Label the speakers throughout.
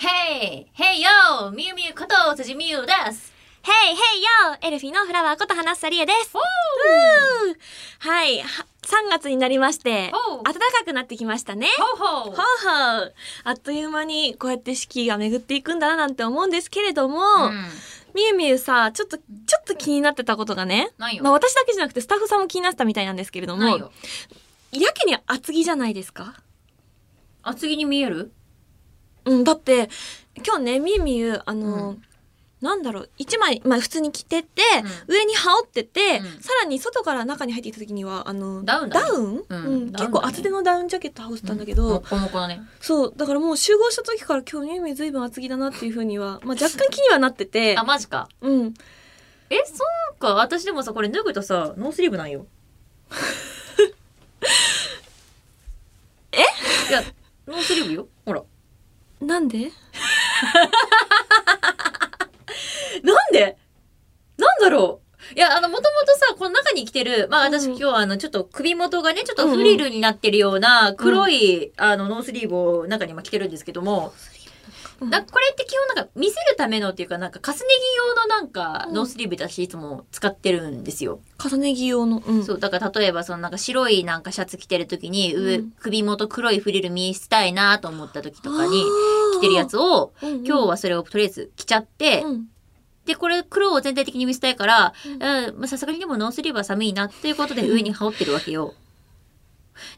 Speaker 1: イヘイヨーミュウミュウこと辻美優です
Speaker 2: ヘイヘイヨーエルフィのフラワーこと花さりえです。うーはい。は3月になりまして、
Speaker 1: ほう
Speaker 2: 暖かくなってきましたね。
Speaker 1: ほうほ
Speaker 2: ほ
Speaker 1: う
Speaker 2: うほう。あっという間にこうやって四季が巡っていくんだななんて思うんですけれども、
Speaker 1: うん
Speaker 2: みゆみゆさ、ちょっと、ちょっと気になってたことがね、
Speaker 1: ないよ
Speaker 2: まあ私だけじゃなくてスタッフさんも気になってたみたいなんですけれど
Speaker 1: な
Speaker 2: も
Speaker 1: い、よ
Speaker 2: やけに厚着じゃないですか
Speaker 1: 厚着に見える
Speaker 2: うん、だって、今日ね、みゆみゆ、あの、
Speaker 1: う
Speaker 2: なんだろう、一枚、まあ普通に着てて、
Speaker 1: う
Speaker 2: 上に羽織ってて、
Speaker 1: うん
Speaker 2: さらに外から中に入ってきた時には、あの、
Speaker 1: ダウンだね
Speaker 2: ダウン、
Speaker 1: うん
Speaker 2: うん
Speaker 1: ダウンだね
Speaker 2: 結構厚手のダウンジャケット羽織ってたんだけど、
Speaker 1: もっこもこのね
Speaker 2: そう、だからもう集合した時から今日みゆみゆずいぶん厚着だなっていうふうには、まあ若干気にはなってて
Speaker 1: あ、マジか
Speaker 2: うん。
Speaker 1: えそうか私でもさこれ脱ぐとさノースリーブなんよえいやノースリーブよほら
Speaker 2: なんで
Speaker 1: なんでなんだろういや、あの、もともとさ、この中に着てる、まあ私
Speaker 2: うん
Speaker 1: 今日はあの、ちょっと首元がね、ちょっとフリルになってるような黒い、あの、ノースリーブを中に今着てるんですけども、
Speaker 2: うん
Speaker 1: だこれって基本なんか見せるためのっていうか、なんか、重ね着用のなんか
Speaker 2: う、ん
Speaker 1: ノースリーブだし、いつも使ってるんですよ。
Speaker 2: 重ね着用の。うん。
Speaker 1: そう、だから例えばそのなんか白いなんかシャツ着てる時に、上
Speaker 2: うん
Speaker 1: 首元黒いフリル見せたいなと思った時とかに、着
Speaker 2: 着
Speaker 1: てるや、つを、
Speaker 2: うんうん
Speaker 1: 今日はそれをとりあえず着ちゃって、
Speaker 2: うん
Speaker 1: で、これ黒を全体的に見せたいから
Speaker 2: うん、
Speaker 1: うん、まあさすがにでもノースリーブは寒いなということで上に羽織ってるわけよ。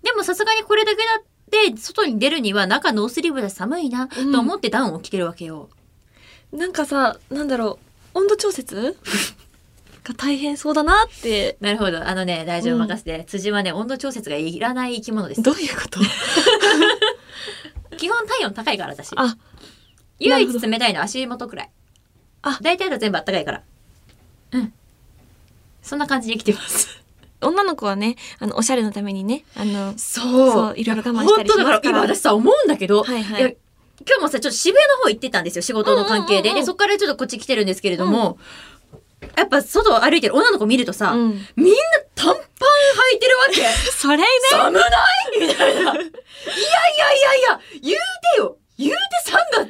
Speaker 1: でもさすがにこれだけだって、外に出るには中ノースリーブで寒いなと思ってダウンを着てるわけよ。
Speaker 2: なんかさ、なんだろう、温度調節 が大変そうだなって。
Speaker 1: なるほど。あのね、大丈夫任せて、辻はね、温度調節がいらない生き物です。
Speaker 2: どういうこと
Speaker 1: 基本体温高いから私。
Speaker 2: あ、
Speaker 1: 唯
Speaker 2: なるほ
Speaker 1: 一冷たいのは足元くらい。
Speaker 2: あ
Speaker 1: 大体だ全部あったかいから。うん。そんな感じで生きてます。
Speaker 2: 女の子はね、あの、おしゃれのためにね、あの、
Speaker 1: そう
Speaker 2: そういろいろ我慢したりしますから
Speaker 1: 本当だから、今私さ、思うんだけど、
Speaker 2: はいはい
Speaker 1: や今日もさ、ちょっと渋谷の方行ってたんですよ、仕事の関係で。
Speaker 2: うんうんうんうん
Speaker 1: で、そこからちょっとこっち来てるんですけれども、やっぱ外を歩いてる女の子見るとさ、
Speaker 2: うん。
Speaker 1: みんな短パン履いてるわけ。
Speaker 2: それね、
Speaker 1: 寒ないみたいな。いやいやいやいや、言うてよ言うて3月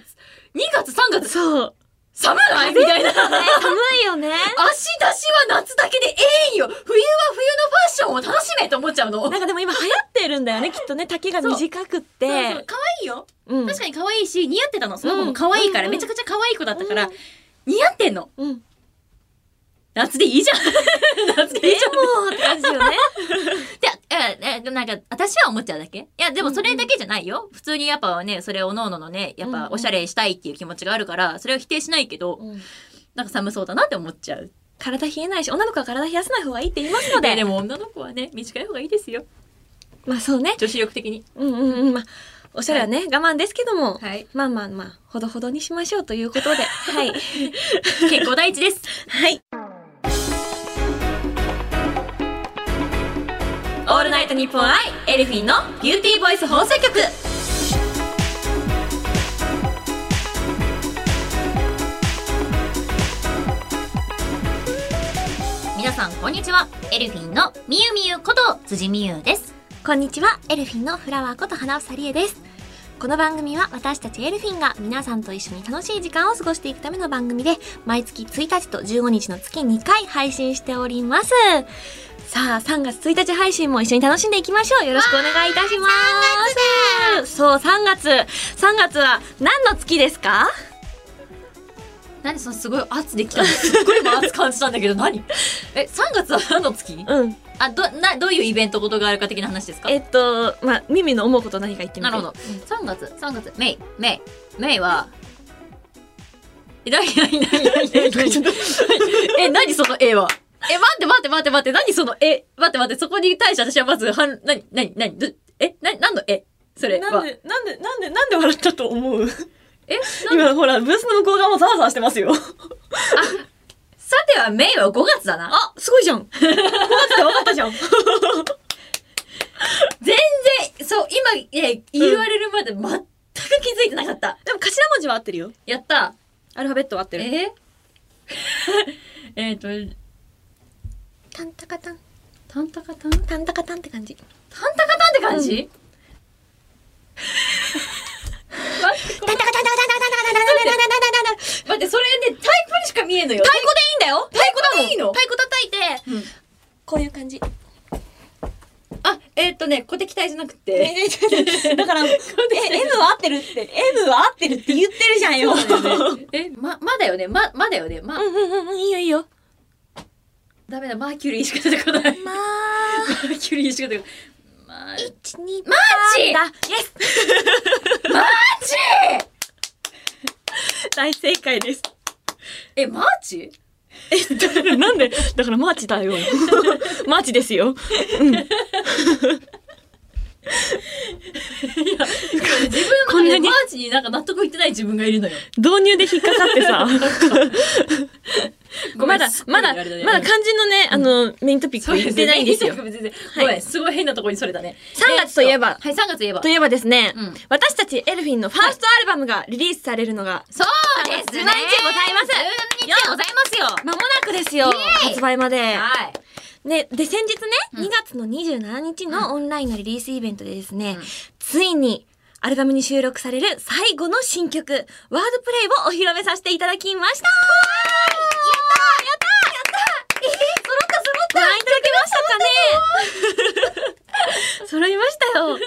Speaker 1: !2 月3月
Speaker 2: そう。
Speaker 1: 寒ないみた いな。
Speaker 2: ね寒いよね。
Speaker 1: 足出しは夏だけでええんよ冬は冬のファッションを楽しめと思っちゃうの。
Speaker 2: なんかでも今流行ってるんだよ ね、きっとね、丈が短くっ
Speaker 1: そうそう
Speaker 2: て。
Speaker 1: 可愛いよ。
Speaker 2: うん
Speaker 1: 確かに可愛いし、似合ってたの。その子も可愛いから、
Speaker 2: うん
Speaker 1: めちゃくちゃ可愛い子だったか
Speaker 2: う
Speaker 1: ら
Speaker 2: ん、
Speaker 1: 似合ってんの。
Speaker 2: うん。
Speaker 1: 夏でいいじゃん。 夏
Speaker 2: で
Speaker 1: でいいじゃん。
Speaker 2: も、って感じよ ね。
Speaker 1: で、え、え、なんか、私は思っちゃうだけいや、でもそれだけじゃないよ。普通にやっぱね、それおのおののね、やっ
Speaker 2: うん
Speaker 1: ぱ
Speaker 2: うん
Speaker 1: おしゃれしたいっていう気持ちがあるから、それを否定しないけど、なんか寒そうだなって思っちゃう。
Speaker 2: 体冷えないし、女の子は体冷やさない方がいいって言いますの
Speaker 1: で、
Speaker 2: で。
Speaker 1: でも女の子はね、短い方がいいですよ。
Speaker 2: まあそうね。
Speaker 1: 女子力的に。
Speaker 2: うんうんうん。まあ、おしゃれはね、我慢ですけども。
Speaker 1: はい。
Speaker 2: まあまあまあ、ほどほどにしましょうということ で。はい。
Speaker 1: 健康第一です。
Speaker 2: はい。
Speaker 1: オールナイトニッポンアイエルフィンのビューティーボイス放送局皆さんこんにちはエルフィンのみゆみゆこと辻みゆです
Speaker 2: こんにちは、エルフィンのフラワーこと花尾さりえです。この番組は私たちエルフィンが皆さんと一緒に楽しい時間を過ごしていくための番組で、毎月1日と15日の月2回配信しております。さあ、3月1日配信も一緒に楽しんでいきましょう。よろしくお願いいたします。そう、3月。3月は何の月ですか
Speaker 1: 何そのすごい圧できたのすっごい今圧感じたんだけど何 え3月は何の月
Speaker 2: うん。
Speaker 1: あどなどういうイベントことがあるか的な話ですか
Speaker 2: えっと、まあ、耳の思うこと何か言ってみ
Speaker 1: な
Speaker 2: て。
Speaker 1: るほど。3月、3月、メイ、メイ、メイは、え、なになになになになになに え、なにその絵はえ、待って待って待って待って、なにその絵待って待って、そこに対して私はまず、はん、なになになにどえ、な、なんの絵それは。
Speaker 2: で、なんで、なんで、なんで笑ったと思う
Speaker 1: え、な
Speaker 2: 今ほら、ブースの向こう側もざわざわしてますよ。
Speaker 1: さてはメイは5月だな。
Speaker 2: あ、すごいじゃん。終わった終わかったじゃん。
Speaker 1: 全然、そう、今、え、言われるまで全く気づいてなかった。
Speaker 2: でも頭文字は合ってるよ。
Speaker 1: やった。
Speaker 2: アルファベットは合ってる。
Speaker 1: え えっと、
Speaker 2: タンタカタン、
Speaker 1: タンタカタンタン
Speaker 2: タンタカタンって感じ。
Speaker 1: タカタンって感じ、
Speaker 2: タンタカタンタカタンタカタンタカタンタカタンタカタン
Speaker 3: こういう感じ。
Speaker 1: あ、えーっとね、小敵隊じゃなく
Speaker 3: え
Speaker 1: て。
Speaker 3: えええだ から、え、M は合ってるって、M は合ってるって言ってるじゃんよ。
Speaker 1: え、ま、まだよね、ま、まだよね、ま、
Speaker 3: うんうんうん、いいよいいよ。
Speaker 1: ダメだ、マーキュリーしか出て こない。
Speaker 3: ま
Speaker 1: マ
Speaker 3: あ、
Speaker 1: ーキュリーしか出てこない。マー
Speaker 3: 一二
Speaker 1: マジ
Speaker 3: だ。イエス
Speaker 1: チ
Speaker 3: 大正解です。
Speaker 1: え、マーチ
Speaker 2: えだからなんでだからマーチ だよマーチですよ
Speaker 1: 自分の中でマーチになんか納得いってない自分がいるのよ。
Speaker 2: 導入で引っかかって さ
Speaker 1: ごめん
Speaker 2: まだ
Speaker 1: すっごい
Speaker 2: まだ
Speaker 1: あれね
Speaker 2: まだ漢字のねあのメイントピッ
Speaker 1: そう
Speaker 2: ク
Speaker 1: ですね
Speaker 2: 言ってないんですよ
Speaker 1: 全然
Speaker 2: い
Speaker 1: ごめん、すごい変なところにそれたね。
Speaker 2: 3月といえば
Speaker 1: はい、3月といえば。
Speaker 2: といえばですね、
Speaker 1: うん
Speaker 2: 私たちエルフィンのファーストアルバムがリリースされるのが
Speaker 1: そうですね。
Speaker 2: 17日でございます
Speaker 1: 12日でございますよ。
Speaker 2: 間もなくですよ
Speaker 1: イエーイ
Speaker 2: 発売まで
Speaker 1: はい。
Speaker 2: ね、で、先日ね、
Speaker 1: ん
Speaker 2: 2月の27日のオンラインのリリースイベントでですね、
Speaker 1: うん
Speaker 2: ついに、アルバムに収録される最後の新曲、ワードプレイをお披露目させていただきましたやったーやったーやったーえー、揃った揃ったご覧いただけましたかね揃いましたよ。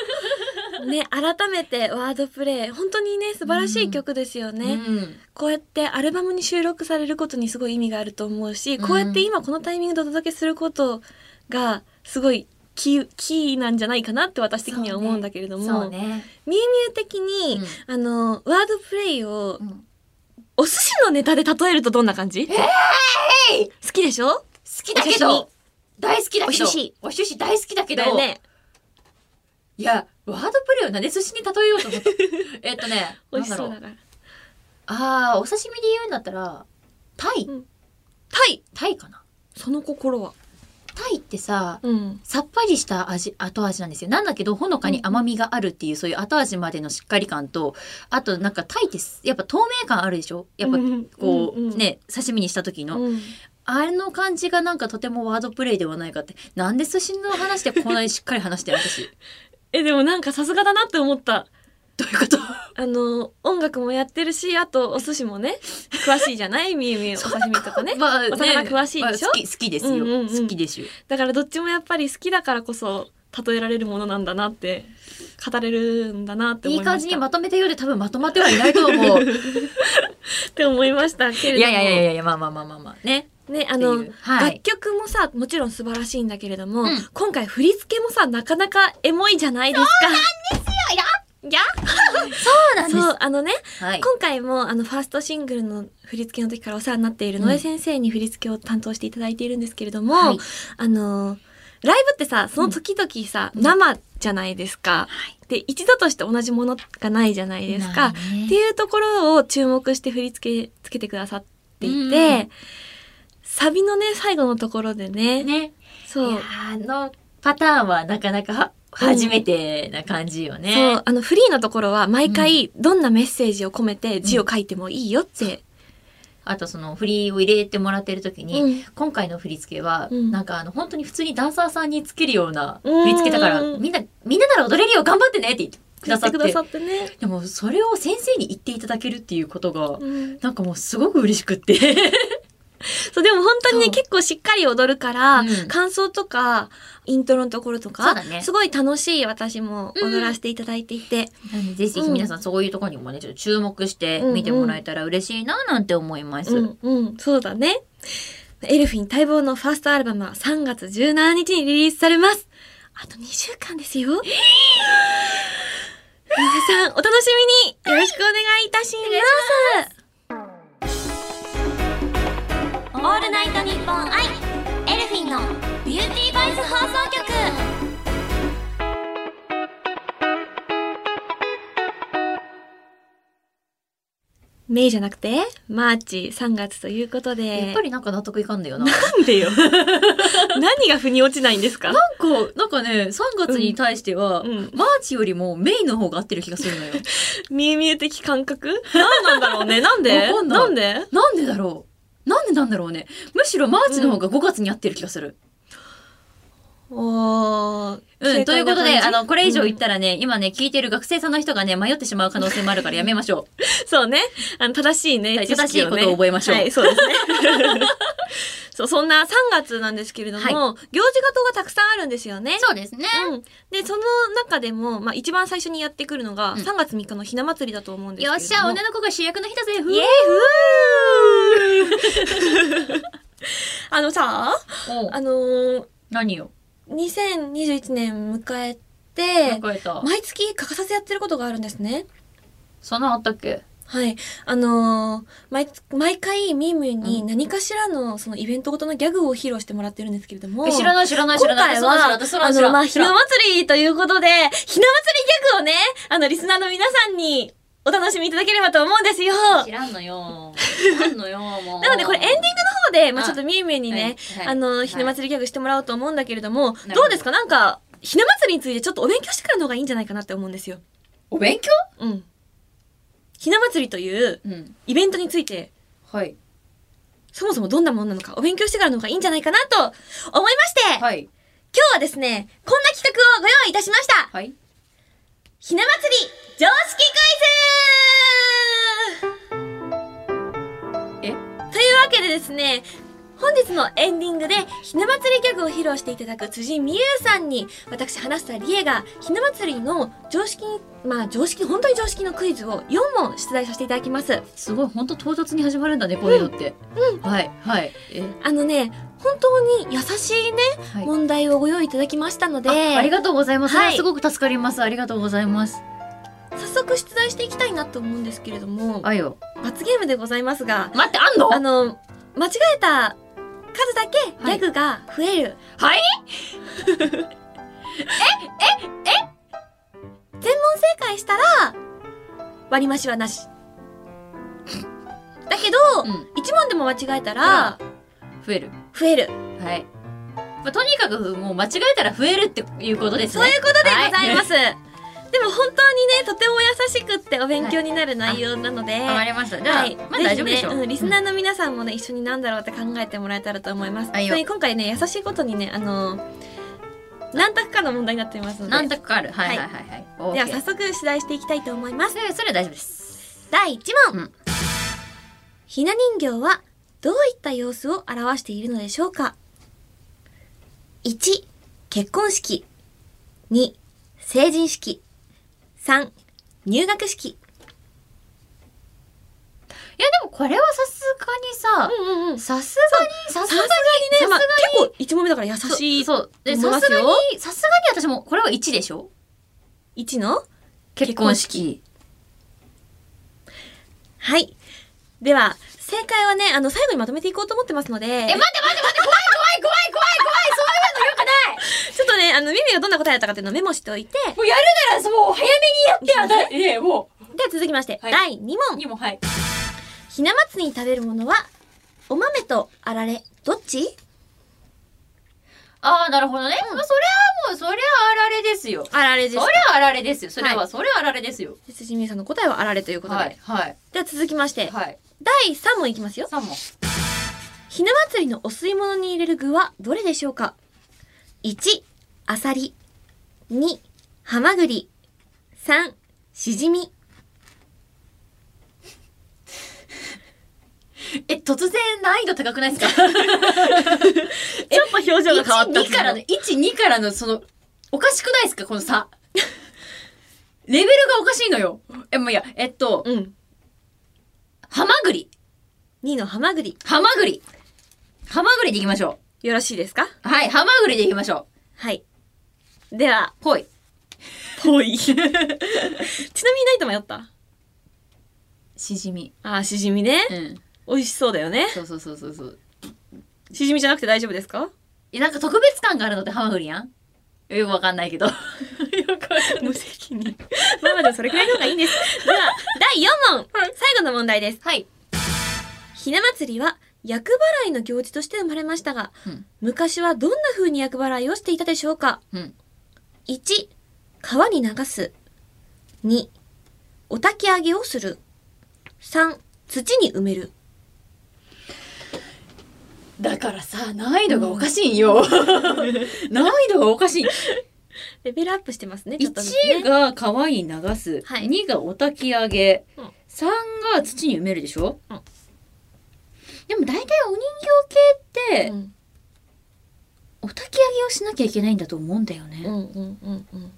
Speaker 2: ね、改めてワードプレイ、本当にね、素晴らしい曲ですよね。
Speaker 1: うん
Speaker 2: こうやってアルバムに収録されることにすごい意味があると思うし、
Speaker 1: うん
Speaker 2: こうやって今このタイミングでお届けすることがすごいキーキーなんじゃないかなって私的には思うんだけれど
Speaker 1: そ
Speaker 2: も、
Speaker 1: うね。
Speaker 2: ミュウミュウ的に、あのワードプレイを
Speaker 1: うん好
Speaker 2: お寿司のネタで例えるとどんな感じ、
Speaker 1: ーい
Speaker 2: 好きでしょ
Speaker 1: きだけど、大好きだけど、
Speaker 2: お寿司
Speaker 1: お寿司大好きだけど
Speaker 2: だ、よね。
Speaker 1: いや、ワードプレイをなで寿司に例えようと思 った。えっとね、
Speaker 2: 美
Speaker 1: なん
Speaker 2: 味し
Speaker 1: だ
Speaker 2: そ
Speaker 1: ろ
Speaker 2: う
Speaker 1: う
Speaker 2: だ。から。
Speaker 1: あー、お刺身で言うんだったら、タイ
Speaker 2: うんタイ
Speaker 1: タイかな
Speaker 2: その心は。
Speaker 1: タイってさ、
Speaker 2: うん。
Speaker 1: さっぱりした味、後味なんですよ。なんだけど、ほのかに甘みがあるっていう、そういう後味までのしっかり感と、あとなんかタイってす、やっぱ透明感あるでしょやっぱ、こ
Speaker 2: ん
Speaker 1: う、。ね、刺身にした時
Speaker 2: う
Speaker 1: の。
Speaker 2: ん
Speaker 1: あれの感じがなんかとてもワードプレイではないかって。なんで寿司の話でこんなにしっかり話してる 私。
Speaker 2: え、でもなんかさすがだなって思った。
Speaker 1: どういうこと
Speaker 2: あの音楽もやってるしあとお寿司 もね詳しいじゃないみゆみゆお
Speaker 1: そんな
Speaker 2: 刺身とか ね
Speaker 1: まあ、
Speaker 2: お魚詳しいでしょ
Speaker 1: まあ好き、好きですよ。
Speaker 2: うんうんうん
Speaker 1: 好きですよ。
Speaker 2: だからどっちもやっぱり好きだからこそ例えられるものなんだなって語れるんだなって
Speaker 1: い
Speaker 2: 思
Speaker 1: い
Speaker 2: いま
Speaker 1: 感
Speaker 2: し
Speaker 1: じ
Speaker 2: た
Speaker 1: にまとめたようで多分まとまってはいないと思う。
Speaker 2: って思いましたけれども
Speaker 1: いやいやい やいやいや、まあまあまあまあまあ。ね。
Speaker 2: ねあの、
Speaker 1: っていうはい
Speaker 2: 楽曲もさもちろん素晴らしいんだけれども、
Speaker 1: うん
Speaker 2: 今回振り付けもさなかなかエモいじゃないですかそうなんですよ
Speaker 1: そう
Speaker 2: やそうあのね
Speaker 1: す。はい。
Speaker 2: 今回もあのファーストシングルの振り付けの時からお世話になっている野
Speaker 1: う
Speaker 2: 江
Speaker 1: ん
Speaker 2: 先生に振り付けを担当していただいているんですけれども、
Speaker 1: はい
Speaker 2: あのーライブってさその時々さ、生じゃないですか。
Speaker 1: はい
Speaker 2: で一度として同じものがないじゃないですか。
Speaker 1: まあね
Speaker 2: っていうところを注目して振り付けつけてくださっていて、
Speaker 1: うん
Speaker 2: サビのね最後のところでね
Speaker 1: ね。い
Speaker 2: そう
Speaker 1: やあのパターンはなかなか初めてな感じよね。
Speaker 2: そうあのフリーのところは毎回どんなメッセージを込めて字を書いてもいいよって、
Speaker 1: あとその振りを入れてもらってる時に、
Speaker 2: うん
Speaker 1: 今回の振り付けは、
Speaker 2: うん
Speaker 1: なんかあの本当に普通にダンサーさんにつけるような
Speaker 2: うん
Speaker 1: 振り付けだから、みんな、みんななら踊れるよ頑張ってねって言ってくださっ
Speaker 2: 言ってくだ
Speaker 1: て
Speaker 2: さ。ってね。
Speaker 1: でもそれを先生に言っていただけるっていうことが、
Speaker 2: うん
Speaker 1: なんかもうすごく嬉しくって。
Speaker 2: そう、でも本当にね、
Speaker 1: そう
Speaker 2: 結構しっかり踊るから、
Speaker 1: うん
Speaker 2: 感想とか、イントロのところと
Speaker 1: そう
Speaker 2: か、
Speaker 1: だね
Speaker 2: すごい楽しい私も踊らせていただいていて、
Speaker 1: なんでぜひ皆さんそういうところにもね、ちょっと注目して見てもらえたら嬉しいななんて思います。
Speaker 2: うん、うん、そうだね。エルフィン待望のファーストアルバムは3月17日にリリースされます。あと2週間ですよ。皆さん、お楽しみによろしくお願いいたします。オールナイトニッポンアイエルフィンのビューティーバイス放送局メイじゃなくて、マーチ3月ということで。
Speaker 1: やっぱりなんか納得いかんだよな。
Speaker 2: なん でよ。何が腑に落ちないんですか
Speaker 1: なんか、なんかね、3月に対しては、
Speaker 2: うんうん
Speaker 1: マーチよりもメイの方が合ってる気がするのよ。
Speaker 2: 見え見え的感覚何なんだろうね。なんで
Speaker 1: わかんない
Speaker 2: なんで
Speaker 1: なんでだろうなんでなんだろうね。むしろマーチの方が5月に合ってる気がする。
Speaker 2: おー
Speaker 1: うん、ということで、あの、これ以上言った
Speaker 2: ら、
Speaker 1: らね、今ね、聞いてる学生さんの人がね、迷ってしまう可能性もあるからやめましょう。
Speaker 2: うんそうね。あの、正しいね、
Speaker 1: はい
Speaker 2: 知識 をね
Speaker 1: 正しいことを覚えましょう
Speaker 2: はい、そうですね。そう、そんな3月なんですけれども、
Speaker 1: はい
Speaker 2: 行事事がたくさんあるんですよね。
Speaker 1: そうですね。
Speaker 2: うん、でその中でも、まあ、一番最初にやってくるのが
Speaker 1: うん
Speaker 2: 3月3日のひな祭りだと思うんですけ
Speaker 1: よ
Speaker 2: れど
Speaker 1: っし
Speaker 2: も、
Speaker 1: ゃ、女の子が主役の日だぜ。ふう
Speaker 2: イエーイ あのさ
Speaker 1: おう
Speaker 2: あのー、
Speaker 1: 何よ。
Speaker 2: 2021年迎えて
Speaker 1: 迎えた。
Speaker 2: 毎月欠かさずやってることがあるんですね
Speaker 1: そんなのあったっけ
Speaker 2: はいあのー、毎毎回みーむーに何かしらのそのイベントごとのギャグを披露してもらってるんですけれども
Speaker 1: え知らない知らない知ら
Speaker 2: 今
Speaker 1: ない。
Speaker 2: 回は、あ
Speaker 1: 私ら私ら
Speaker 2: の、まあ、
Speaker 1: 私
Speaker 2: ひ
Speaker 1: ら
Speaker 2: な祭りということで、ひな祭りギャグをね、あの、リスナーの皆さんにお楽しみいただければと思うんですよ。
Speaker 1: 知らんのよ。知らんのよ、もう。
Speaker 2: なので、これエンディングの方で、まあ、
Speaker 1: あ
Speaker 2: ちょっとみゆみゆにね、
Speaker 1: はいはい
Speaker 2: あの、
Speaker 1: はい
Speaker 2: ひな祭りギャグしてもらおうと思うんだけれども、
Speaker 1: ほど
Speaker 2: どうですかなんか、ひな祭りについてちょっとお勉強してからの方がいいんじゃないかなって思うんですよ。
Speaker 1: お勉強
Speaker 2: うん。ひな祭りという
Speaker 1: うん。
Speaker 2: イベントについて、
Speaker 1: はい。
Speaker 2: そもそもどんなものなのか、お勉強してからの方がいいんじゃないかなと思いまして、今
Speaker 1: はい。
Speaker 2: 日はですね、こんな企画をご用意いたしました。
Speaker 1: はい。
Speaker 2: ひな祭り常識クイズ
Speaker 1: え
Speaker 2: というわけでですね、本日のエンディングでひな祭りギャグを披露していただく辻美優さんに、私、花下理恵がひな祭りの常識に、まあ常識、本当に常識のクイズを4問出題させていただきます。
Speaker 1: すごい、ほんと唐突に始まるんだね、こういうのって。うん。はい。はい。え、
Speaker 2: あのね、本当に優しいね、
Speaker 1: はい。
Speaker 2: 問題をご用意いただきましたので、
Speaker 1: あありがとうございます。それは
Speaker 2: はい
Speaker 1: すごく助かります。ありがとうございます。
Speaker 2: 早速出題していきたいなと思うんですけれども、
Speaker 1: あよ。
Speaker 2: 罰ゲームでございますが、
Speaker 1: 待って、あんの
Speaker 2: あの、間違えた数だけギ
Speaker 1: はい
Speaker 2: ャグが増える。
Speaker 1: はい
Speaker 2: 全問正解したら、割り増しはなし。だけど、
Speaker 1: うん。
Speaker 2: 一問でも間違えたら、
Speaker 1: 増える。
Speaker 2: 増える。
Speaker 1: はい。まあ、とにかく、もう間違えたら増えるっていうことです
Speaker 2: そう
Speaker 1: ね。
Speaker 2: いうことでござ います。でも本当にね、とても優しくってお勉強になる内容なので、
Speaker 1: わか
Speaker 2: はい。
Speaker 1: りました。じゃあ、まあ大丈夫でしょう。
Speaker 2: ぜひねうん、リスナーの皆さんもね、一緒になんだろうって考えてもらえたらと思います。
Speaker 1: はいよ
Speaker 2: それに今回ね、優しいことにね、あの、何択かの問題になっていますので。
Speaker 1: 何択かある。はいはいはいはい。オー
Speaker 2: で
Speaker 1: ケ
Speaker 2: は
Speaker 1: ー
Speaker 2: 早速出題していきたいと思います。
Speaker 1: それそれは大丈夫です。
Speaker 2: 第1問、
Speaker 1: うん
Speaker 2: ひな人形はどういった様子を表しているのでしょうか1結婚式2成人式3入学式
Speaker 1: いやでもこれはさすがにさ、
Speaker 2: うんうんうん
Speaker 1: さすがに、さす
Speaker 2: さす
Speaker 1: がに
Speaker 2: がにね、まあ、
Speaker 1: さ
Speaker 2: 結構一問目だから優
Speaker 1: すが
Speaker 2: しい
Speaker 1: そう。で、
Speaker 2: 思い
Speaker 1: さ
Speaker 2: ます
Speaker 1: す
Speaker 2: よ
Speaker 1: がに、さすがに私も、これは1でしょ
Speaker 2: 1の
Speaker 1: 結婚式。
Speaker 2: はいでは正解はねあの最後にまとめていこうと思ってますので
Speaker 1: え、待って待って待って、怖い怖い怖い怖い怖い、そういうのよくない
Speaker 2: ちょっとねあのミミがどんな答えだったかっていうのをメモしておいて
Speaker 1: もうやるなら、もう早めにやってやだ。いえ、も
Speaker 2: では続きまして、
Speaker 1: はい
Speaker 2: 第2問
Speaker 1: う。にも、はい。
Speaker 2: ひな祭りに食べるものは、お豆とあられ、どっち
Speaker 1: ああ、なるほどね。まあそれはもう、それはあられですよ。
Speaker 2: あられ
Speaker 1: それはあられですよ。それは、
Speaker 2: は
Speaker 1: それはあられですよ。
Speaker 2: す。辻美優さんの答えはあられということで。
Speaker 1: はい、はい、
Speaker 2: では続きまして、
Speaker 1: はい。
Speaker 2: 第3問いきますよ。
Speaker 1: 3問。
Speaker 2: ひな祭りのお吸い物に入れる具はどれでしょうか ?1、あさり。2、はまぐり。3、しじみ。
Speaker 1: え、突然難易度高くないです か
Speaker 2: ちょっと表情
Speaker 1: ?1、2からの、1、2からの、その、おかしくないですかこの差。レベルがおかしいのよ。え、もういや、えっと、
Speaker 2: うん。
Speaker 1: ハマグリ。
Speaker 2: 2のはまぐり。
Speaker 1: ハマグリ。ハマグリでいきましょ
Speaker 2: よろしいですか
Speaker 1: う。はい、ハマグリでいきましょ
Speaker 2: はい。では、
Speaker 1: う。ぽい。
Speaker 2: ぽい。ちなみに何と迷った
Speaker 1: しじみ。
Speaker 2: あー、しじみね。
Speaker 1: うん。
Speaker 2: 美味しそうだよね。
Speaker 1: そうそうそうそうそう。
Speaker 2: しじみじゃなくて大丈夫ですか
Speaker 1: え、なんか特別感があるのってハマグリやんよくわかんないけど。よ くわかんない。
Speaker 2: 無責任。 まあまあでもそれくらいの方がいいんです。では、第4問、最後の問題です。
Speaker 1: はい。
Speaker 2: ひな祭りは、厄払いの行事として生まれましたが、
Speaker 1: うん
Speaker 2: 昔はどんな風に厄払いをしていたでしょうか
Speaker 1: うん。
Speaker 2: ?1、川に流す。2、お焚き上げをする。3、土に埋 める。
Speaker 1: だからさ、難易度がおかしいんよ。 難易度がおかしい。
Speaker 2: レベルアップしてますね、ちょっとずつ
Speaker 1: 1
Speaker 2: ね。
Speaker 1: が川に流す、
Speaker 2: はい
Speaker 1: 2がお焚き上げ、
Speaker 2: うん
Speaker 1: 3が土に埋めるでしょ、
Speaker 2: うん
Speaker 1: でも大体お人形系って、
Speaker 3: うん
Speaker 1: お焚き上げをしなきゃいけないんだと思うんだよね、
Speaker 3: うんうんうんうん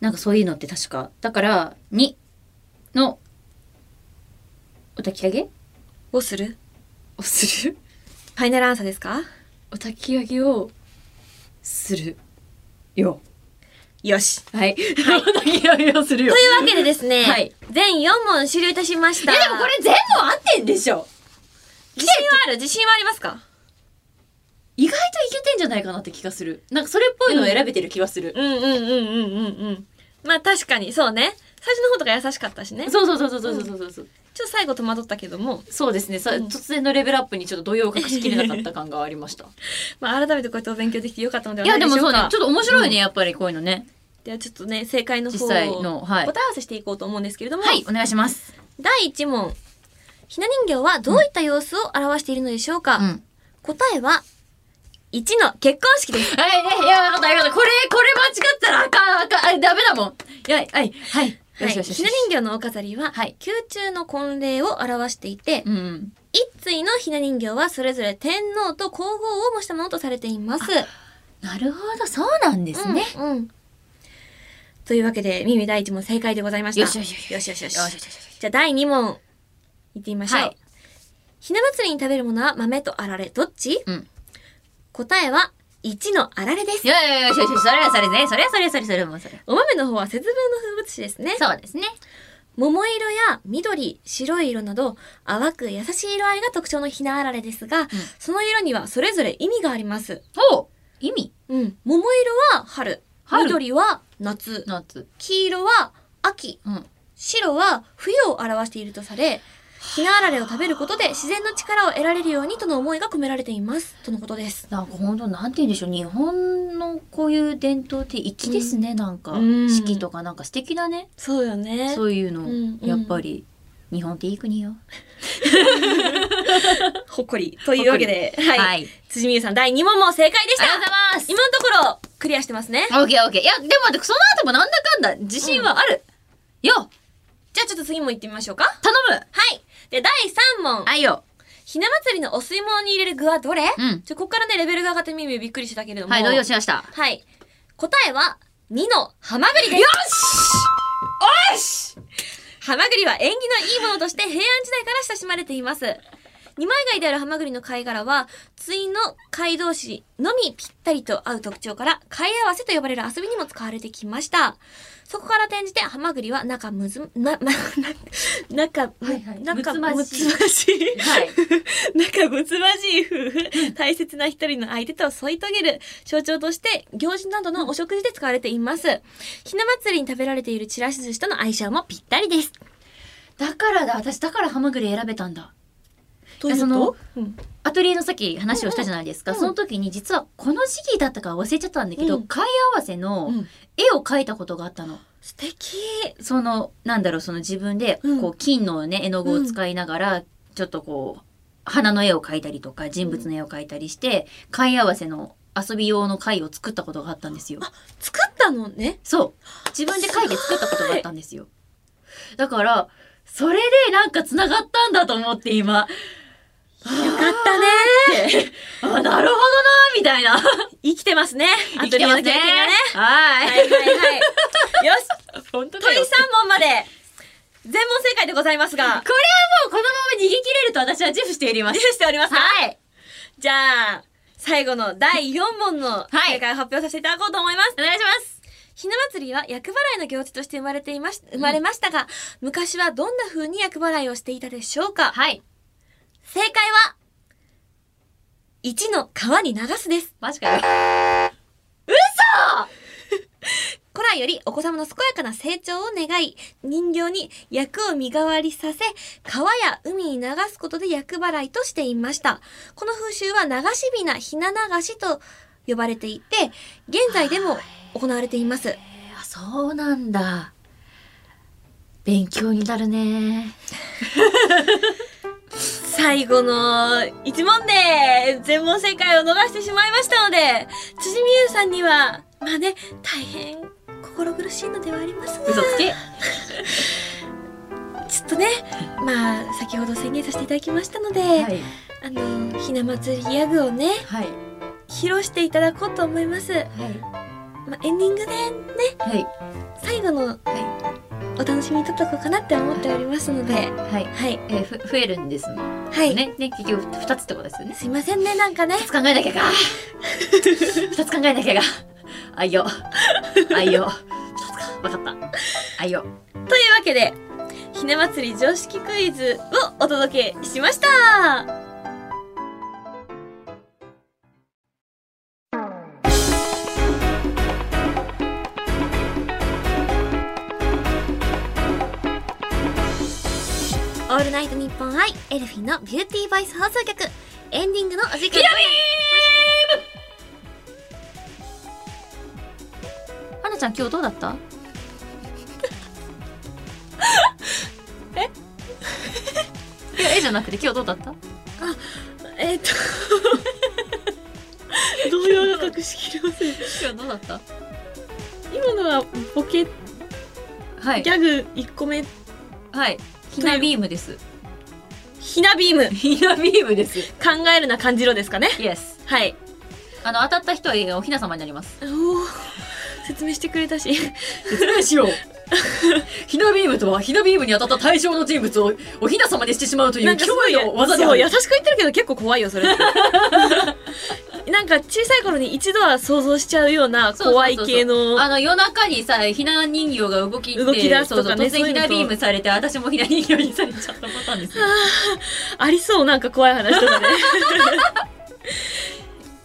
Speaker 1: なんかそういうのって確かだから2のお焚き上げ
Speaker 2: をする
Speaker 1: をする
Speaker 2: ファイナルアンサーですか
Speaker 1: お焚き上げをするよ
Speaker 2: よし。
Speaker 1: はい お焚き上げをするよ
Speaker 2: というわけでですね、
Speaker 1: はい
Speaker 2: 全4問終了いたしまし
Speaker 1: い
Speaker 2: た。
Speaker 1: やでもこれ全部合ってんでしょ
Speaker 2: 自信はある自信はありますか
Speaker 1: 意外といけてんじゃないかなって気がするなんかそれっぽいのを選べてる気がする、
Speaker 2: うんうんうんうんうんうん。まあ確かに、そうね。最初の方とか優しかったしね。
Speaker 1: そうそうそうそうそうそうそう、
Speaker 2: ちょっと最後戸惑ったけども、
Speaker 1: そうですねさ、
Speaker 2: うん
Speaker 1: 突然のレベルアップにちょっと動揺を隠しきれなかった感がありました
Speaker 2: まあ改めてこうやってお勉強できてよかったのではいな
Speaker 1: や
Speaker 2: い
Speaker 1: で
Speaker 2: でしょ
Speaker 1: も
Speaker 2: うか。
Speaker 1: そうねちょっと面白いね、やっぱりこういうのね
Speaker 2: ではちょっとね、正解の方を
Speaker 1: 実
Speaker 2: 答え
Speaker 1: 際のはい
Speaker 2: 合わせしていこうと思うんですけれども、
Speaker 1: はいお願いします
Speaker 2: 第1問。ひな人形はどういった様子を表しているのでしょうか、
Speaker 1: うん
Speaker 2: 答えは、1の結婚式です。
Speaker 1: はい、ね、いや、わかった、わかった。これ、これ間違ったらあかん、あかん、あれ、ダメだもん。いや、 はい、はい。よしよしよし。
Speaker 2: ひな人形のお飾りは、
Speaker 1: はい
Speaker 2: 宮中の婚礼を表していて、
Speaker 1: うん。
Speaker 2: 一対のひな人形はそれぞれ天皇と皇后を模したものとされています。
Speaker 1: なるほど、そうなんで
Speaker 2: うん。うん。というわけで、耳第一問正解でございました。
Speaker 1: よしよしよし
Speaker 2: よしよしよし
Speaker 1: よしよしよし
Speaker 2: じゃあ第二問、いってみましょう。
Speaker 1: はい
Speaker 2: ひな祭りに食べるものは豆とあられ、どっち、
Speaker 1: うん
Speaker 2: 答えは、1のあられです
Speaker 1: い。やいやいや、よしよしよし、それはそれね。それはそれ、それ、それもそれ。
Speaker 2: お豆の方は節分の風物詩ですね。
Speaker 1: そうですね。
Speaker 2: 桃色や緑、白い色など、淡く優しい色合いが特徴のひなあられですが、その色にはそれぞれ意味があります。
Speaker 1: ほう意味
Speaker 2: うん。桃色は春。
Speaker 1: 春
Speaker 2: 緑は夏。
Speaker 1: 夏。
Speaker 2: 黄色は秋。
Speaker 1: うん。
Speaker 2: 白は冬を表しているとされ、ひなあられを食べることで自然の力を得られるようにとの思いが込められています。とのことです。
Speaker 1: なんか本当なんて言うんでしょう。日本のこういう伝統って粋ですね、なんか。
Speaker 2: うん
Speaker 1: 四季とかなんか素敵だね。
Speaker 2: そうよね
Speaker 1: そういうの、
Speaker 2: うん
Speaker 1: やっぱり。日本っていい国よ。
Speaker 2: ほっこり。というわけで、はい。
Speaker 1: はい。
Speaker 2: 辻美優さん第2問も正解でし
Speaker 1: あ
Speaker 2: た
Speaker 1: りがとうございます
Speaker 2: 今のところ、クリアしてますね。
Speaker 1: オッケーオッケー。いや、でも待って、その後もなんだかんだ、自信はある。よ
Speaker 2: じゃあちょっと次も行ってみましょうか。は
Speaker 1: 頼む
Speaker 2: い。で、第3問。
Speaker 1: あいよ。
Speaker 2: ひな祭りのお吸い物に入れる具はどれ
Speaker 1: うん。
Speaker 2: じゃ、ここからね、レベルが上がってみみびっくりしたけれども。
Speaker 1: はい、動揺しました。
Speaker 2: はい。答えは、2のハマグリです。よしよしハマグリは縁起のいいものとして平安時代から親しまれています。二枚貝であるハマグリの貝殻は、対の貝同士のみぴったりと合う特徴から、貝合わせと呼ばれる遊びにも使われてきました。そこから転じて、ハマグリは仲むず、な、ま、 な、仲、
Speaker 1: はいはいむ
Speaker 2: 仲
Speaker 1: つまじい
Speaker 2: むつまじい
Speaker 1: はい。
Speaker 2: 仲睦まじい夫婦、大切な一人の相手と添い遂げる象徴として、行事などのお食事で使われています。ひな祭りに食べられているちらし寿司との相性もぴったりです。
Speaker 1: だからだ、私だからハマグリ選べたんだ。
Speaker 2: と
Speaker 1: いうと
Speaker 2: その、うん
Speaker 1: アトリエのさっき話をしたじゃないですか。
Speaker 2: うんうん
Speaker 1: その時に実はこの時期だったか忘れちゃったんだけど、
Speaker 2: うん
Speaker 1: 貝合わせの絵を描いたことがあったの。
Speaker 2: 素敵
Speaker 1: その、なんだろう、その自分で、
Speaker 2: うん
Speaker 1: こう、金のね、絵の具を使いながら、ちょっとこう、花の絵を描いたりとか、人物の絵を描いたりして、貝合わせの遊び用の貝を作ったことがあったんですよ。
Speaker 2: 作ったのね。
Speaker 1: そう。自分で書いて作ったことがあったんですよ。だから、それでなんか繋がったんだと思って今。よかったねーあ、なるほどなーみたいな。
Speaker 2: 生きてますね。アトリエの経験がね。
Speaker 1: は
Speaker 2: はい
Speaker 1: い。
Speaker 2: はいはい。 よし
Speaker 1: 本当
Speaker 2: 問
Speaker 1: これはも
Speaker 2: 3問まで、全問正解でございますが、
Speaker 1: うこのまま逃げ切れると私は自負しておりま
Speaker 2: 許
Speaker 1: す。
Speaker 2: しておりますか
Speaker 1: はい。
Speaker 2: じゃあ、最後の第4問の正解を発表させていただこうと思います。
Speaker 1: お願いします。
Speaker 2: ひな祭りは厄払いの行事として生まれていまし、生まれましたが、昔はどんな風に厄払いをしていたでしょうか
Speaker 1: はい。
Speaker 2: 正解は、1の川に流すです。
Speaker 1: マジかよ。
Speaker 2: 古来よりお子様の健やかな成長を願い、人形に役を身代わりさせ、川や海に流すことで厄払いとしていました。この風習は流し火なひな流しと呼ばれていて、現在でも行われています。
Speaker 1: えーそうなんだ。勉強になるね
Speaker 2: 最後の一問で全問正解を逃してしまいましたので、辻美優さんには、まあね、大変心苦しいのではありますが、
Speaker 1: 嘘つけ。
Speaker 2: ちょっととね、まあ、先ほど宣言させていただきましたので、
Speaker 1: はい
Speaker 2: あの、ひな祭りギャグをね、
Speaker 1: はい
Speaker 2: 披露していただこうと思います。
Speaker 1: は
Speaker 2: まあ、エンディングで、
Speaker 1: いはい
Speaker 2: 最後の
Speaker 1: は
Speaker 2: お楽しみとっとこうかなって思っておりますので、はい
Speaker 1: い、はい
Speaker 2: はい、
Speaker 1: えーふ増えるんですもん
Speaker 2: はい。
Speaker 1: ねね結局二つってことですよね
Speaker 2: すいませんね、なんかね。
Speaker 1: 二つ考えなきゃか二つ考えなきゃかあいよあいよ二つかわかったあいよ
Speaker 2: というわけで、ひな祭り常識クイズをお届けしました
Speaker 3: オールナイトニッポンアイエルフィンのビューティーボイス放送局エンディングのお時間
Speaker 1: はなちゃん今日どうだったえいやえじゃなくて今日どうだった
Speaker 2: えっと 動揺が隠しきれません
Speaker 1: 今日どうだった
Speaker 2: 今のはボケギ
Speaker 1: はい
Speaker 2: ャグ1個目
Speaker 1: はいひなビームです
Speaker 2: ひなビーム
Speaker 1: ひなビーム です
Speaker 2: 考えるな感じろですかね
Speaker 1: イエス
Speaker 2: はい
Speaker 1: あの当たった人はえーおひな様になります
Speaker 2: お説明してくれたし
Speaker 1: 説明しよう ひなビームとはひなビームに当たった対象の人物をおひな様にしてしまうという
Speaker 2: すご
Speaker 1: 驚異の技で
Speaker 2: そ
Speaker 1: あ
Speaker 2: う優
Speaker 1: る
Speaker 2: しく言ってるけど結構怖いよそれ なんか小さい頃に一度は想像しちゃうような
Speaker 1: そうそうそうそう
Speaker 2: 怖い系の
Speaker 1: あの夜中にさひな人形が動きって
Speaker 2: 動き出すと
Speaker 1: そうそう
Speaker 2: かね
Speaker 1: 突然
Speaker 2: そ
Speaker 1: ひ
Speaker 2: ういうの
Speaker 1: な
Speaker 2: と
Speaker 1: ビームされて私もひな人形にされちゃったパターンですよ
Speaker 2: ありそうなんか怖い話とかね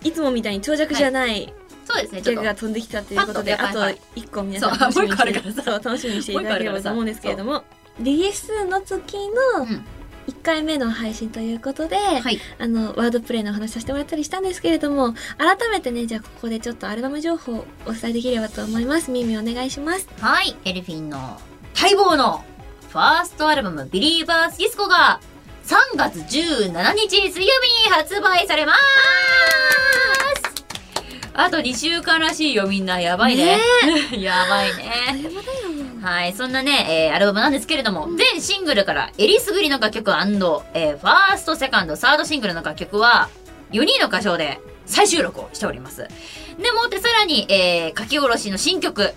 Speaker 2: いつもみたいに長尺じゃない
Speaker 1: そうですね
Speaker 2: ギ
Speaker 1: ち
Speaker 2: ャ
Speaker 1: ょ
Speaker 2: グ
Speaker 1: っと
Speaker 2: が飛んできたということで、
Speaker 1: パッとねはい
Speaker 2: あと1個皆さん
Speaker 1: そうあ
Speaker 2: 楽しみにし
Speaker 1: も
Speaker 2: て
Speaker 1: う一個あるからさ
Speaker 2: そう楽しみにしていただければと思うんですけれども DS の月の
Speaker 1: うん
Speaker 2: 1回目の配信ということで、
Speaker 1: はい
Speaker 2: あのワードプレイのお話させてもらったりしたんですけれども改めてねじゃあここでちょっとアルバム情報をお伝えできればと思います耳お願いします
Speaker 1: はい、エルフィンの待望のファーストアルバム、ビリーバースディスコが3月17日水曜日に発売されますあと2週間らしいよ、みんな。やばいね。 やばいね。
Speaker 2: 謝だよ
Speaker 1: はい、そんなね、えーアルバムなんですけれども、全シングルから、えりすぐりの楽曲、えーファースト、セカンド、サードシングルの楽曲は、4人の歌唱で再収録をしております。でもってさらに、えー書き下ろしの新曲、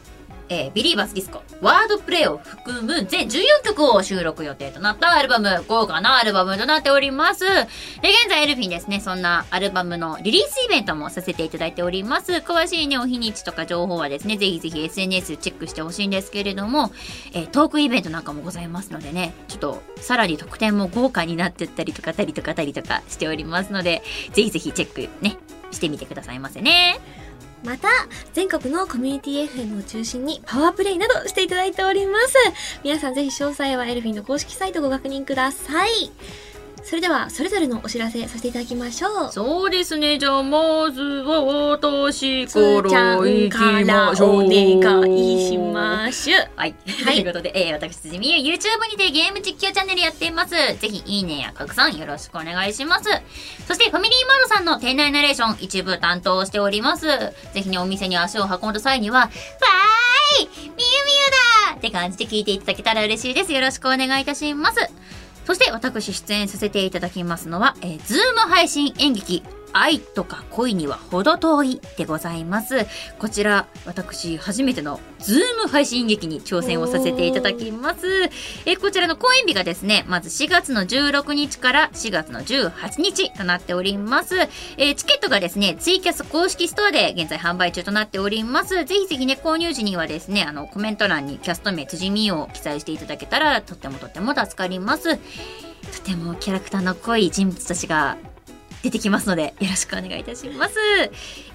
Speaker 1: えービリーバースディスコ、ワードプレイを含む全14曲を収録予定となったアルバム、豪華なアルバムとなっております。で、現在エルフィンですね、そんなアルバムのリリースイベントもさせていただいております。詳しいね、お日にちとか情報はですね、ぜひぜひ SNS チェックしてほしいんですけれども、えートークイベントなんかもございますのでね、ちょっとさらに特典も豪華になってったりとかたりとかたりとかしておりますので、ぜひぜひチェックね、してみてくださいませね。
Speaker 2: また、全国のコミュニティ FM を中心にパワープレイなどしていただいております。皆さんぜひ詳細はエルフィンの公式サイトご確認ください。それでは、それぞれのお知らせさせていただきましょう。
Speaker 1: そうですね、じゃあまずは私
Speaker 2: つーちゃんからお願いしましゅ。
Speaker 1: はい。ということで、えー、私、辻美優、YouTube にてゲーム実況チャンネルやっています。ぜひ、いいねや拡散よろしくお願いします。そして、ファミリーマートさんの店内ナレーション、一部担当しております。ぜひね、お店に足を運んだ際には、わーいみゆみゆだって感じで聞いていただけたら嬉しいです。よろしくお願いいたします。そして、私、出演させていただきますのは、えー、ズーム配信演劇、愛とか恋には程遠いでございます。こちら、私、初めてのズーム配信劇に挑戦をさせていただきます。えーこちらの公演日がですね、まず4月の16日から4月の18日となっております。えーチケットがですね、ツイキャス公式ストアで現在販売中となっております。ぜひぜひね、購入時にはですね、あの、コメント欄にキャスト名、辻美を記載していただけたら、とってもとっても助かります。とてもキャラクターの濃い人物たちが出てきますので、よろしくお願いいたします。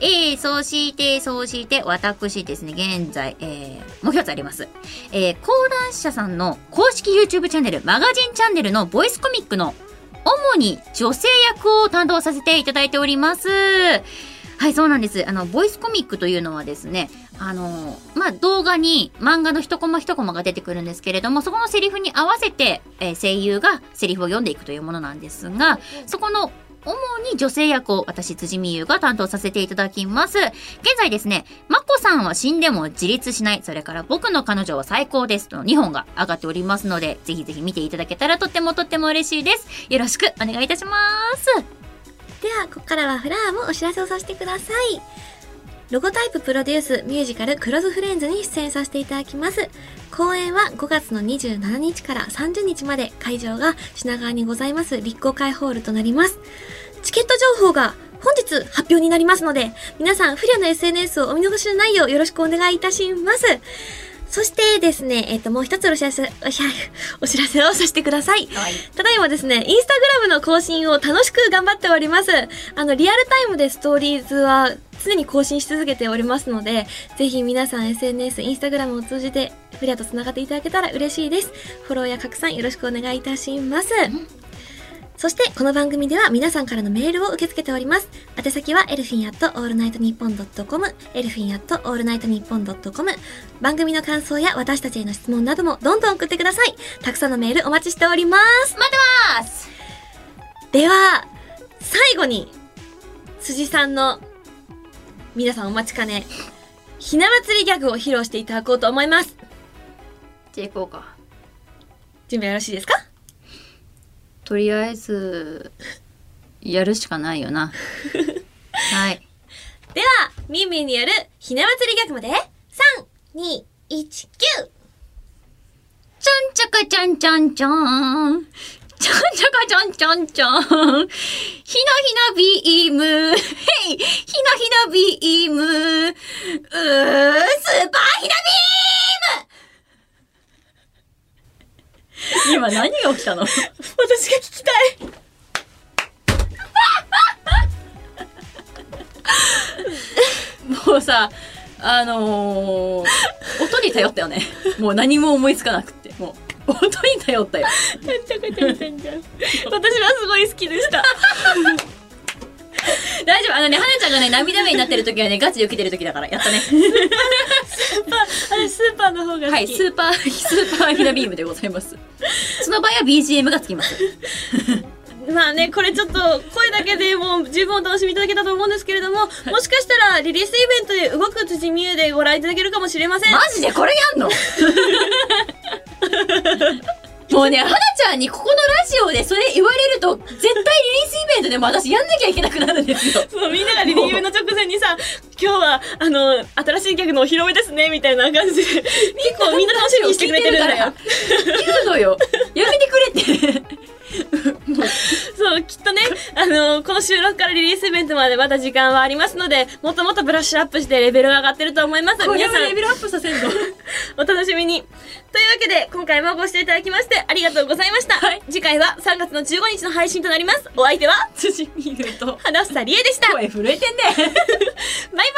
Speaker 1: えー、そして、そして、私ですね、現在、えー、もう一つあります。えー、講談社さんの公式 YouTube チャンネル、マガジンチャンネルのボイスコミックの主に女性役を担当させていただいております。はい、そうなんです。あの、ボイスコミックというのはですね、あの、まあ、動画に漫画の一コマ一コマが出てくるんですけれども、そこのセリフに合わせて、えー声優がセリフを読んでいくというものなんですが、そこの主に女性役を私、辻美優が担当させていただきます。現在ですね、マコさんは死んでも自立しない、それから僕の彼女は最高ですとの2本が上がっておりますので、ぜひぜひ見ていただけたらとってもとっても嬉しいです。よろしくお願いいたします。
Speaker 2: では、ここからはフラワーもお知らせをさせてください。ロゴタイププロデュースミュージカルクロズフレンズに出演させていただきます。公演は5月の27日から30日まで会場が品川にございます立候会ホールとなります。チケット情報が本日発表になりますので、皆さん不良の SNS をお見逃しのないようよろしくお願いいたします。そしてですね、えっ、と、もう一つお知らせ、お知らせお知らせをさせてください。ただいまですね、インスタグラムの更新を楽しく頑張っております。あの、リアルタイムでストーリーズは常に更新し続けておりますので、ぜひ皆さん SNS、インスタグラムを通じて、フレアと繋がっていただけたら嬉しいです。フォローや拡散よろしくお願いいたします。そして、この番組では皆さんからのメールを受け付けております。宛先は、エルフィンアットオールナイトニッポンドットコム、エルフィンアットオールナイトニッポンドットコム。番組の感想や私たちへの質問などもどんどん送ってください。たくさんのメールお待ちしております。では最後に辻さんの皆さんお待ちかねひな祭りギャグを披露していただこうと思います
Speaker 1: じゃあ行こうか。
Speaker 2: 準備はよろしいですか
Speaker 1: とりあえず、やるしかないよな。 はい。
Speaker 2: ではみんみんによるひな祭りギャグまで3219
Speaker 1: ちゃんちゃかちゃんちゃんちゃーん。ちゃんちゃかちゃんちゃんちゃーん。ひなひなビーム。へいひなひなビーム。うー、スーパーひなビーム今何が起きたの
Speaker 2: 私が聞きたい
Speaker 1: もうさ、あのー、音に頼ったよね。もう何も思いつかなくって。もう、音に頼ったよ。
Speaker 2: ちゃかちゃちゃんちゃん私はすごい好きでした
Speaker 1: 大丈夫。あのね、はなちゃんがね、涙目になってる時はね、ガチで受けてる時だから。やったね。
Speaker 2: 私スーパーの方が好き、
Speaker 1: はい、スーパー、 スーパーひなビームでございます。その場合は BGM がつき ます。
Speaker 2: まあね、これちょっと声だけでもう十分お楽しみいただけたと思うんですけれども、もしかしたらリリースイベントで動く辻美優でご覧いただけるかもしれません。
Speaker 1: マジでこれやん のもうね、はなちゃんにここのラジオでそれ言われると、絶対リリースイベントでも私やんなきゃいけなくなるんですよ。
Speaker 2: そう、みんながリリースの直前にさ、今日は、あの、新しいギャグのお披露目ですね、みたいな感じで、結構みんな楽しみにしてくれてるんだよ。
Speaker 1: 言うのよ。やめてくれって。
Speaker 2: そう、きっとね、あの、この収録からリリースイベントまでまだ時間はありますので、もっともっとブラッシュアップしてレベルが上がってると思います。皆さん、
Speaker 1: ルアップさせ んの。
Speaker 2: お楽しみに。というわけで、今回もご視聴いただきましてありがとうございました。次回は3月の15日の配信となります。お相手は、
Speaker 1: 辻見ると、
Speaker 2: 花房理恵でした。バイ
Speaker 1: 声震えてんね。
Speaker 2: バーイ